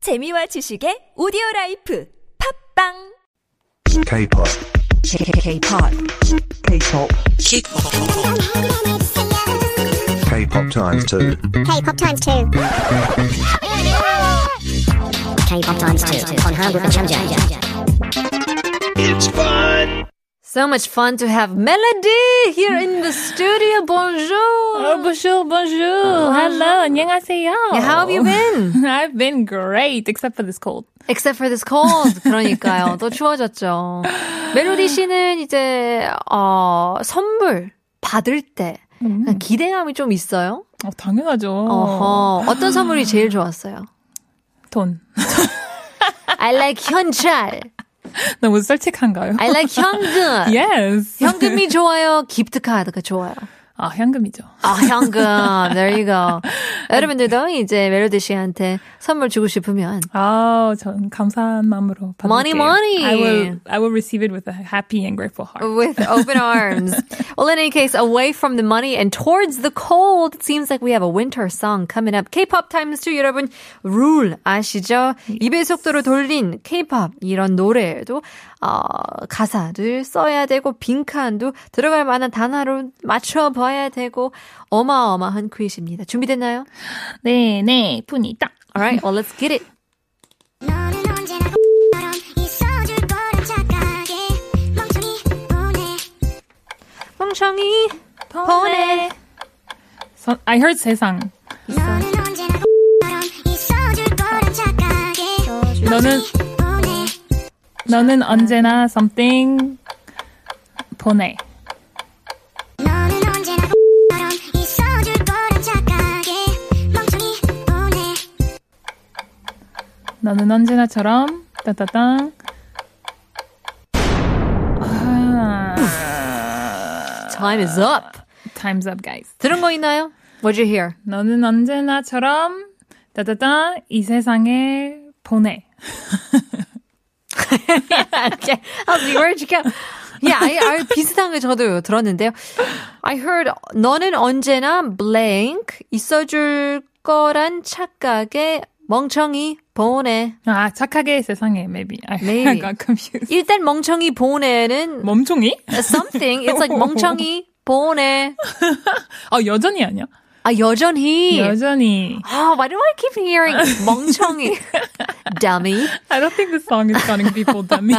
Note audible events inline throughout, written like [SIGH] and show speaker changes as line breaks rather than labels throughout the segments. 재미와 지식의 오디오 라이프 팝빵
K-pop.
K-pop. K-pop.
K-pop times two.
K-pop times two. K-pop times two on Hangul Chanja.
So much fun to have Melody here in the studio. Bonjour.
Oh, bonjour, bonjour. Hello, 안녕하세요.
How have you
[LAUGHS]
been?
[LAUGHS] I've been great, except for this cold.
Except for this cold. 그러니까요. 또 추워졌죠. 멜로디 씨는 이제 어, 선물 받을 때
음.
그냥 기대감이 좀 있어요.
어, 당연하죠.
어허. 어떤 선물이 제일 좋았어요?
돈.
I like 현찰.
너무 솔직한가요?
I like
[LAUGHS]
현금.
[LAUGHS] yes.
현금이 좋아요. 기프트 카드가 좋아요.
아, 현금이죠.
아, 현금. There you go. 여러분들도 이제 멜로디 씨한테 선물 주고 싶으면
아, 전 감사한 마음으로 받을게요.
Money, money.
I will, I will receive it with a happy and grateful heart.
with open arms. well, in any case, away from the money and towards the cold, it seems like we have a winter song coming up. K-pop times too, 여러분. Rule 아시죠? 2배 속도로 돌린 K-pop 이런 노래도 어, 가사를 써야 되고 빈칸도 들어갈 만한 단어로 맞춰봐야 되고 어마어마한 퀴즈입니다. 준비됐나요?
네, 네, 뿐이다.
Alright, well let's get it.
너는 언제나 X처럼 있어줄 거란 착각에 멍청이 보내
멍청이 보내.
선- I heard 세상.
너는 언제나 X처럼 있어줄 거란 착각에
너는,
멍청이 보내
너는 언제나 something 보내.
너는 언제나 X처럼 있어줄 거란 착각에 멍청이 보내
너는 언제나처럼 따따당.
Time is up.
Time's up, guys.
들은 거 있나요? What'd you hear?
너는 언제나처럼 따따따 이 세상에 보내.
[LAUGHS] okay. How's the word you got? Yeah, I, I, 비슷한 거 저도 들었는데요. I heard 너는 언제나 blank 있어줄 거란 착각에 멍청이 보내.
아 착하게 세상에 maybe. I,
Maybe.
I [LAUGHS] got confused.
일단 멍청이 보내는
멍청이?
something. It's like 멍청이 보내.
어 여전히 아니야?
아 여전히.
여전히.
아, why do I keep hearing [LAUGHS] 멍청이? Dummy.
I don't think this song is getting people [LAUGHS] dummies.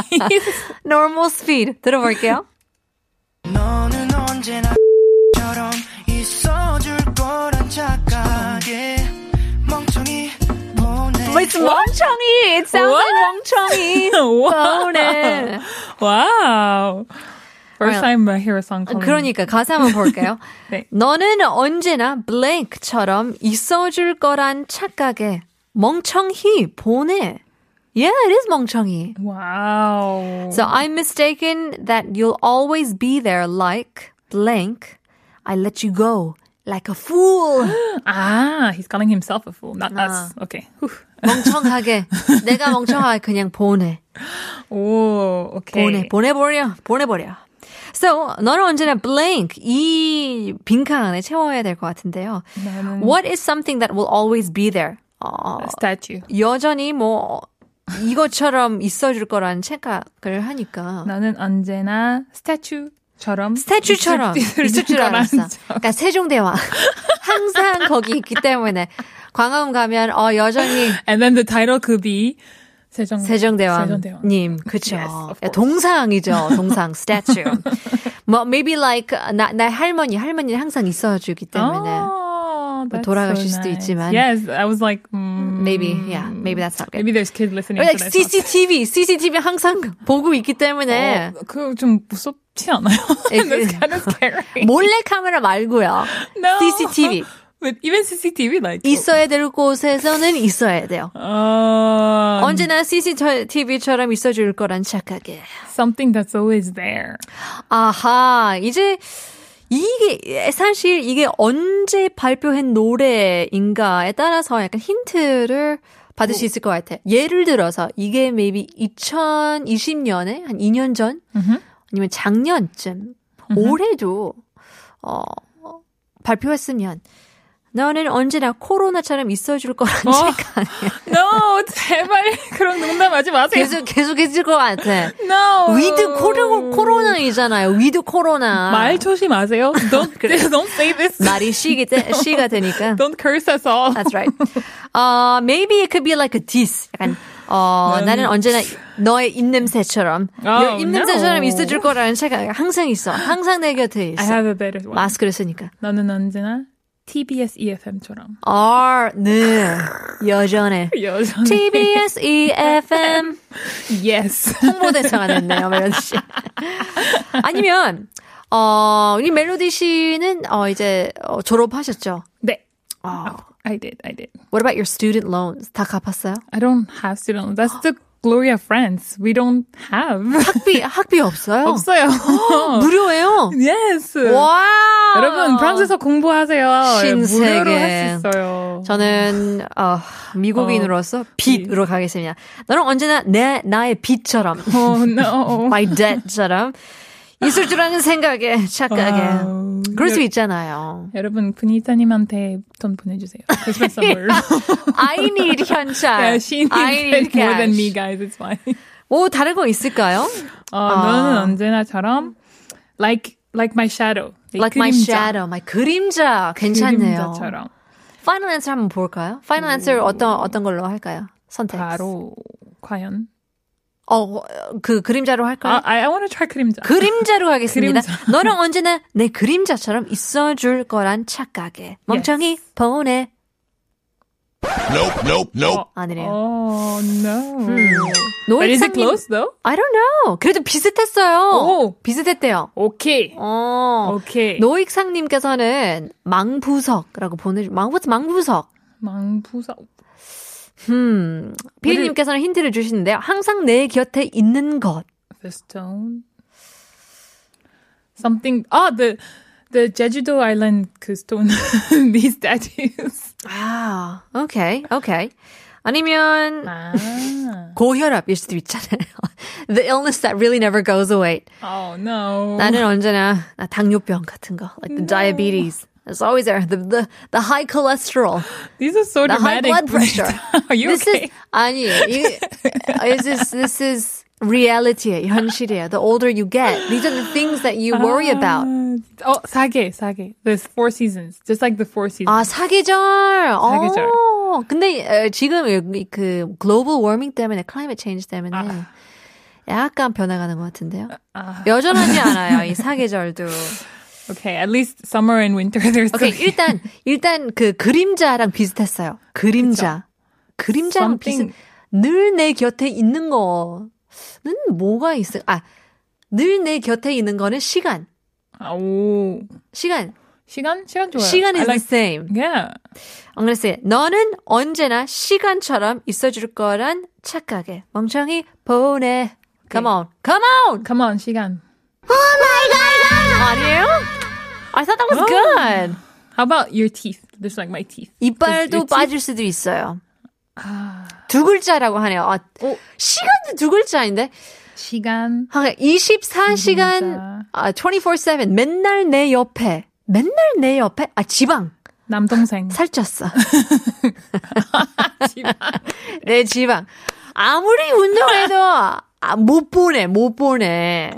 Normal speed. 들어볼게요.
너는 언제나 처럼 있어줄 거란 착각에 멍청이 보내
But it's 멍청이. It sounds
[LAUGHS]
like 멍청이
wow.
보내.
[LAUGHS] wow. First
Alright.
time I hear a song. called-
그러니까 가사 한번 볼까요?
네.
너는 언제나 blank처럼 있어줄 거란 착각에 멍청히 보내. Yeah, it is 멍청이.
Wow.
So I'm mistaken that you'll always be there like blank. I let you go like a fool.
ah, he's calling himself a fool, not
Ah.
us. Okay. Whew.
멍청하게 내가 멍청하게 그냥 보내.
Oh, okay.
보내 보내버려 보내버려. So 너는 언제나 blank 이 빈칸 안에 채워야 될 것 같은데요.
나는-
What is something that will always be there? 어,
Statue.
여전히 뭐 이것처럼 있어줄 거라는 생각을 하니까
나는 언제나 스태츄처럼
스태츄처럼 있을 줄 알았어. 그러니까 세종대왕 [LAUGHS] 항상 거기 있기 때문에 광화문 가면 어 여전히
And then the title could be 세종 세종대왕.
세종대왕님, 음, 그쵸.
Yes, of
예,
course. [LAUGHS]
동상이죠, 동상, statue. 뭐, maybe like, 나, 나 할머니, 할머니는 항상 있어주기 때문에. 뭐
Oh, that's
돌아가실
so
수도
nice.
있지만.
Yes, I was like mm,
Maybe, yeah, maybe that's not good.
maybe there's kids listening.
Or like
to this.
CCTV, CCTV 항상 보고 있기 때문에.
어, 그좀 무섭지
[LAUGHS]
않아요? [LAUGHS]
It-
That's kind of scary.
몰래 카메라 말고요.
No. [LAUGHS]
CCTV.
But even CCTV like
있어야 될 곳에서는 있어야 돼요.
um,
언제나 CCTV처럼 있어줄 거란 착각에.
something that's always there.
아하, 이제 이게 사실 이게 언제 발표한 노래인가에 따라서 약간 힌트를 받을 수 있을 것 같아요. 예를 들어서 이게 maybe 2020년에 한 2년 전
음흠.
아니면 작년쯤 올해도 어 발표했으면 너는 언제나 코로나처럼 있어줄 거라는
어.
생각.
No, [LAUGHS] 제발 그런 농담하지 마세요.
[LAUGHS] 계속 계속 있을 것 같아.
No.
위드 코로, 코로나이잖아요. 위드 코로나.
말 조심하세요.
[LAUGHS]
Don't don't say this.
말이 아, 시기 때, 시가 되니까.
Don't curse us all.
That's right. Uh, maybe it could be like a diss. 약간 어,
음.
나는 언제나 너의 입냄새처럼
Oh,
입냄새처럼
no.
있어줄 거라는 생각 항상 있어. 항상 내 곁에 있어.
I have a better one.
마스크를 쓰니까.
너는 언제나 TBS EFM처럼
R 네 여전해.
여전히
TBS EFM [LAUGHS]
yes.
E 홍보대사가 됐네요, 멜로디 씨. 아니면 어, 우리 멜로디 씨는 어 이제 어, 졸업하셨죠.
네.
어.
I did. I did.
What about your student loans? 다 갚았어요?
I don't have student. loan. That's the glory of France. We don't have.
학비 학비 없어요? [GASPS]
[LAUGHS] 없어요.
무료예요.
yes.
와!
여러분 프랑스에서 공부하세요.
신세계.
무료로 할 수 있어요.
저는 어,
어.
미국인으로서 빛으로 가겠습니다. 너는 언제나 내 나의 빛처럼 [LAUGHS]
Oh no.
my dad처럼 있을 줄 아는 생각에 착각에
와우.
그럴 수
여-
있잖아요.
여러분 분이타님한테 돈 보내주세요.
[LAUGHS]
Christmas 선물.
I need 현찰.
yeah, she needs
아, I need
it more than
cash.
me, guys.
[LAUGHS]
It's fine.
뭐 다른 거 있을까요?
어,
아.
너는 언제나처럼 like like my shadow. 내
Like my
네, 그림자.
shadow, my 그림자 괜찮네요.
그림자처럼 음.
Final answer 한번 볼까요? Final answer 어떤 어떤 걸로 할까요? 선택.
바로 과연.
어그 그림자로 할까요?
아, I, I want to try 그림자.
[LAUGHS] 그림자로 하겠습니다.
그림자. [LAUGHS]
너는 언제나 내 그림자처럼 있어줄 거란 착각에 멍청이 보내.
어,
아니래요. 음.
Oh no. But is it
노익상님,
close though?
I don't know. 그래도 비슷했어요.
오.
비슷했대요.
오케이.
어.
오케이.
노익상님께서는 망부석이라고 보내 망부석 망부석.
망부사.
음. 비리님께서는 힌트를 주시는데요. 항상 내 곁에 있는 것.
The stone. Something. 아, the the 제주도 island 그 stone. [LAUGHS] These statues.
아, 오케이, 오케이. 아니면
아.
고혈압일 수도 있잖아요. [LAUGHS] The illness that really never goes away.
Oh no.
나는 언제나 나 당뇨병 같은 거, like the diabetes. It's always there. The the, the high cholesterol,
These are so
the high
dramatic.
blood pressure.
[LAUGHS] are you
this
okay?
is 아니, 이- it's just, this is reality, 현실이에요. The older you get, these are the things that you worry about.
어, 사계, 사계. Oh, There's four seasons. Just like the four seasons.
아 사계절.
사계절.
어, 근데 어, 지금 여기 그 글로벌 워밍 때문에 climate change 때문에 약간 변해가는 것 같은데요. 여전하지 않아요 이 사계절도. Ah.
okay, at least summer and winter [LAUGHS] there's
오케이
something-
일단 일단 그 그림자랑 비슷했어요. 그림자. 그림자랑 비슷.
Something-
늘 내 곁에 있는 거는 뭐가 있을? 아, 아늘 내 곁에 있는 거는 시간.
아, 오.
시간.
시간? 시간 좋아요.
시간
I
is the
like-
same.
Yeah.
I'm gonna say, 너는 언제나 시간처럼 있어줄 거란 착각에 멍청이 보내. Come on, come on.
Come on, 시간.
아니에요? I thought that was good.
How about your teeth? Just like my teeth.
이빨도
그치? 아.
빠질 수도 있어요. 두 글자라고 하네요. 아,
어?
시간도 두 글자인데.
시간.
아, 24시간, 아, 24-7, 맨날 내 옆에. 맨날 내 옆에? 아, 지방. [LAUGHS]
남동생.
살쪘어. 내 지방. 아무리 운동해도 아, 못 보내, 못 보내.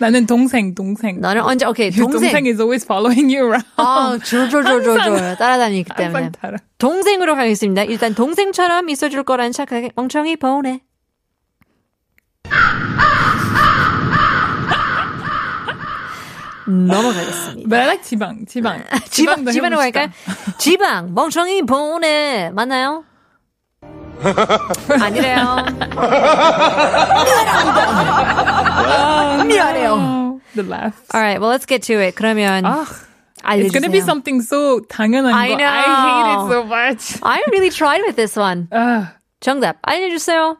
나는 동생, 동생.
너는 언제, 오케이,
Your 동생
동생.
is always following you around.
아, 졸졸졸졸졸 따라다니기 [LAUGHS] 때문에.
항상 따라.
동생으로 가겠습니다. 일단 동생처럼 있어줄 거라는 착각에 엉청이 보내. 넘어가겠습니다.
But I like 지방, 지방.
[LAUGHS] 지방,
지방도
지방으로
해봅시다.
갈까요? 지방, 멍청이 보내.
[LAUGHS]
맞나요? 아니래요. 미안합니다. 미안해요.
Oh, the laugh.
Alright, well, let's get to it. 그러면,
아,
알려주세요.
it's gonna be something so 당연한
I
거.
know.
I hate it so much. Ah.
I really tried with this one.
아,
정답, 알려주세요.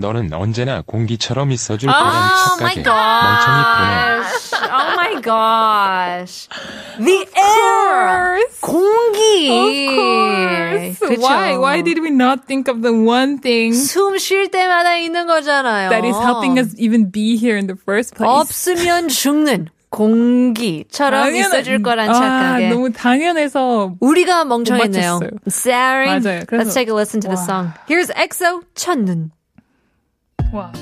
너는 언제나 공기처럼 있어줄
Oh
네,
거란
my
착각에 멍청이
gosh. Oh my gosh. The air. 공기.
Of course.
그쵸?
Why? Why did we not think of the one thing
숨 쉴 때마다 있는 거잖아요.
that is helping us even be here in the first place?
없으면 죽는 공기처럼
당연한-
있어줄 거란
아,
착각에
너무 당연해서
우리가 멍청했네요.
맞췄어요.
Sorry.
맞아요. 그래서-
Let's take a listen to the
와.
song. Here's EXO 첫눈.
와.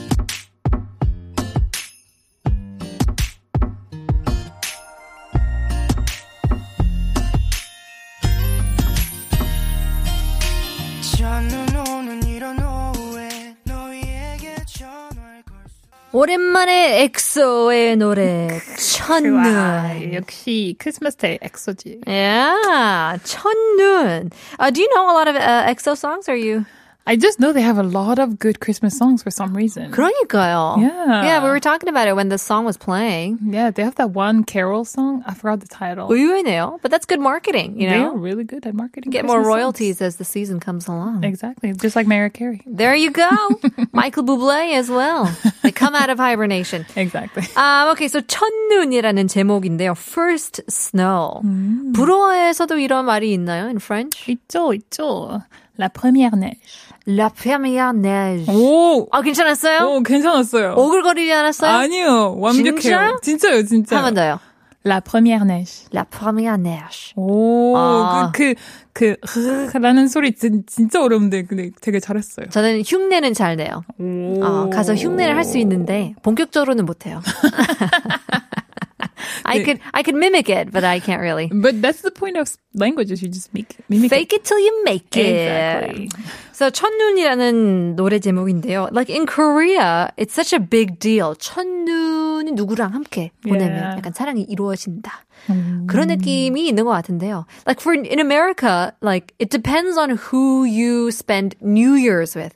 첫눈 오는 이런 오후에 너에게 전화를 걸수
그
오랜만에 엑소의 노래
와,
첫눈.
역시 크리스마스 때 엑소지.
Yeah, 첫눈. Uh, do you know a lot of uh, EXO songs? Are you?
I just know they have a lot of good Christmas songs for some reason.
그러니까요.
Yeah.
Yeah, we were talking about it when the song was playing.
Yeah, they have that one carol song. I forgot the title.
의외네요. But that's good marketing, you
They're
know?
really good at marketing.
Get more
Christmas songs.
royalties as the season comes along.
Exactly, just like Mariah Carey.
There you [LAUGHS] go. Michael Bublé as well. They come out of hibernation.
Exactly.
[LAUGHS] Um, okay, so 첫눈이라는 제목인데요. First snow. 불어에서도 이런 말이 있나요? In French?
있죠, 있죠. La première neige.
La première neige.
오,
아, 괜찮았어요?
오, Oh, 괜찮았어요.
오글거리지 Oh, 않았어요?
아니요, 완벽해요.
진짜?
진짜요, 진짜.
한번 더요.
La première neige.
La première neige.
오,
아.
그, 그, 그, 라는 소리 진, 진짜 어려운데, 근데 되게 잘했어요.
저는 흉내는 잘 내요. 어, 가서 흉내를 할 수 있는데 본격적으로는 못
[LAUGHS]
해요. I could I could mimic it, but I can't really.
But that's the point of languages you just make. Mimic
Fake it till you make it.
Exactly.
So 첫눈이라는 노래 제목인데요. Like in Korea, it's such a big deal. 첫눈이 누구랑 함께 보내면
Yeah. 음.
약간 사랑이 이루어진다. 그런 느낌이 있는 것 같은데요. Like for in America, like it depends on who you spend New Year's with.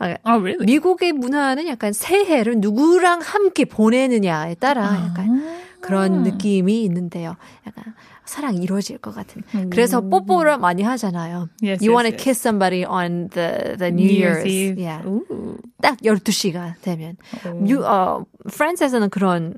아,
Oh, really?
미국의 문화는 약간 새해를 누구랑 함께 보내느냐에 따라
아.
약간 그런 느낌이 있는데요. 약간 사랑이 이루어질 것 같은. 그래서 뽀뽀를 많이 하잖아요.
음. Yes,
you
yes,
want to
yes.
kiss somebody on the, the New, Year's.
Eve.
Yeah.
Ooh.
딱 12시가 되면. 유, 어, 프랑스에서는 그런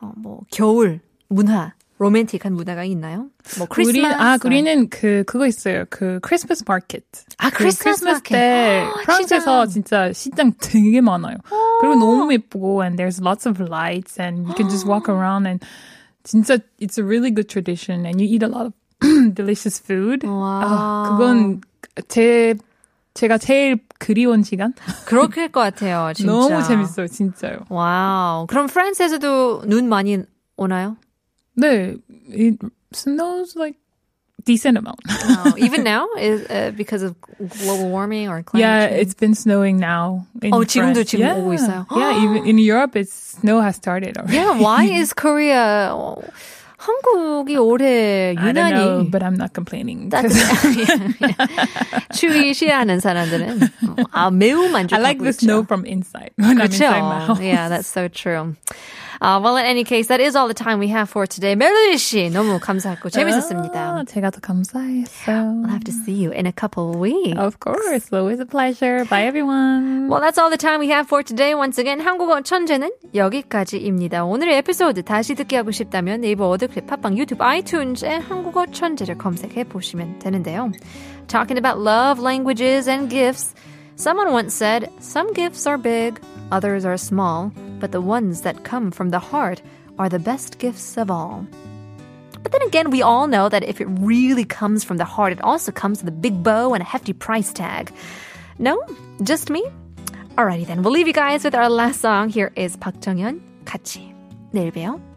어, 뭐 겨울 문화, 로맨틱한 문화가 있나요? 뭐
우리
크리스마스.
아 우리는 그 그거 있어요. 그 크리스마스 마켓.
아,
그
크리스마스 마켓.
때
아,
프랑스에서
시장.
진짜 시장 되게 많아요. 그리고 너무 예쁘고 and there's lots of lights and you can just walk
아.
around and 진짜 it's a really good tradition and you eat a lot of [CLEARS THROAT] delicious food. 아,
와우.
그건 제 제가 제일 그리운 시간.
그렇게 할 것 같아요. 아, 진짜.
너무 재밌어요, 진짜요.
와우. 그럼 프랑스에서도 눈 많이 오나요?
네, it snows like decent amount.
Oh, even now is uh, because of global warming or climate
Yeah,
change.
it's been snowing now. In
어, 지금도
France.
지금
yeah.
오고 있어요. [GASPS]
Yeah, even in Europe, it's snow has started already.
yeah, why is Korea 어, 한국이 올해
[LAUGHS] I don't know,
유난히
but I'm not
[LAUGHS]
complaining. [LAUGHS] 'cause
따뜻해. 추위 싫어하는 사람들은 어, 아 매우
I
만족하고
like the
있죠.
snow from inside when I'm
그렇죠.
inside my house. [LAUGHS]
Yeah, that's so true. Uh, well, in any case, that is all the time we have for today. 멜로디 씨, 너무 감사했고 재밌었습니다.
[LAUGHS] 아, 제가 더 감사했어요.
We'll have to see you in a couple of weeks.
Of course, always a pleasure. Bye, everyone.
Well, that's all the time we have for today. Once again, 한국어 천재는 여기까지입니다. 오늘의 에피소드 다시 듣기 하고 싶다면 네이버 어드클립, 팟빵, 유튜브, 아이튠즈에 한국어 천재를 검색해 보시면 되는데요. Talking about love, languages, and gifts. Someone once said, some gifts are big, others are small, but the ones that come from the heart are the best gifts of all. But then again, we all know that if it really comes from the heart, it also comes with a big bow and a hefty price tag. No? Just me? Alrighty then, we'll leave you guys with our last song. Here is 박정현, 같이. 내일 봬요.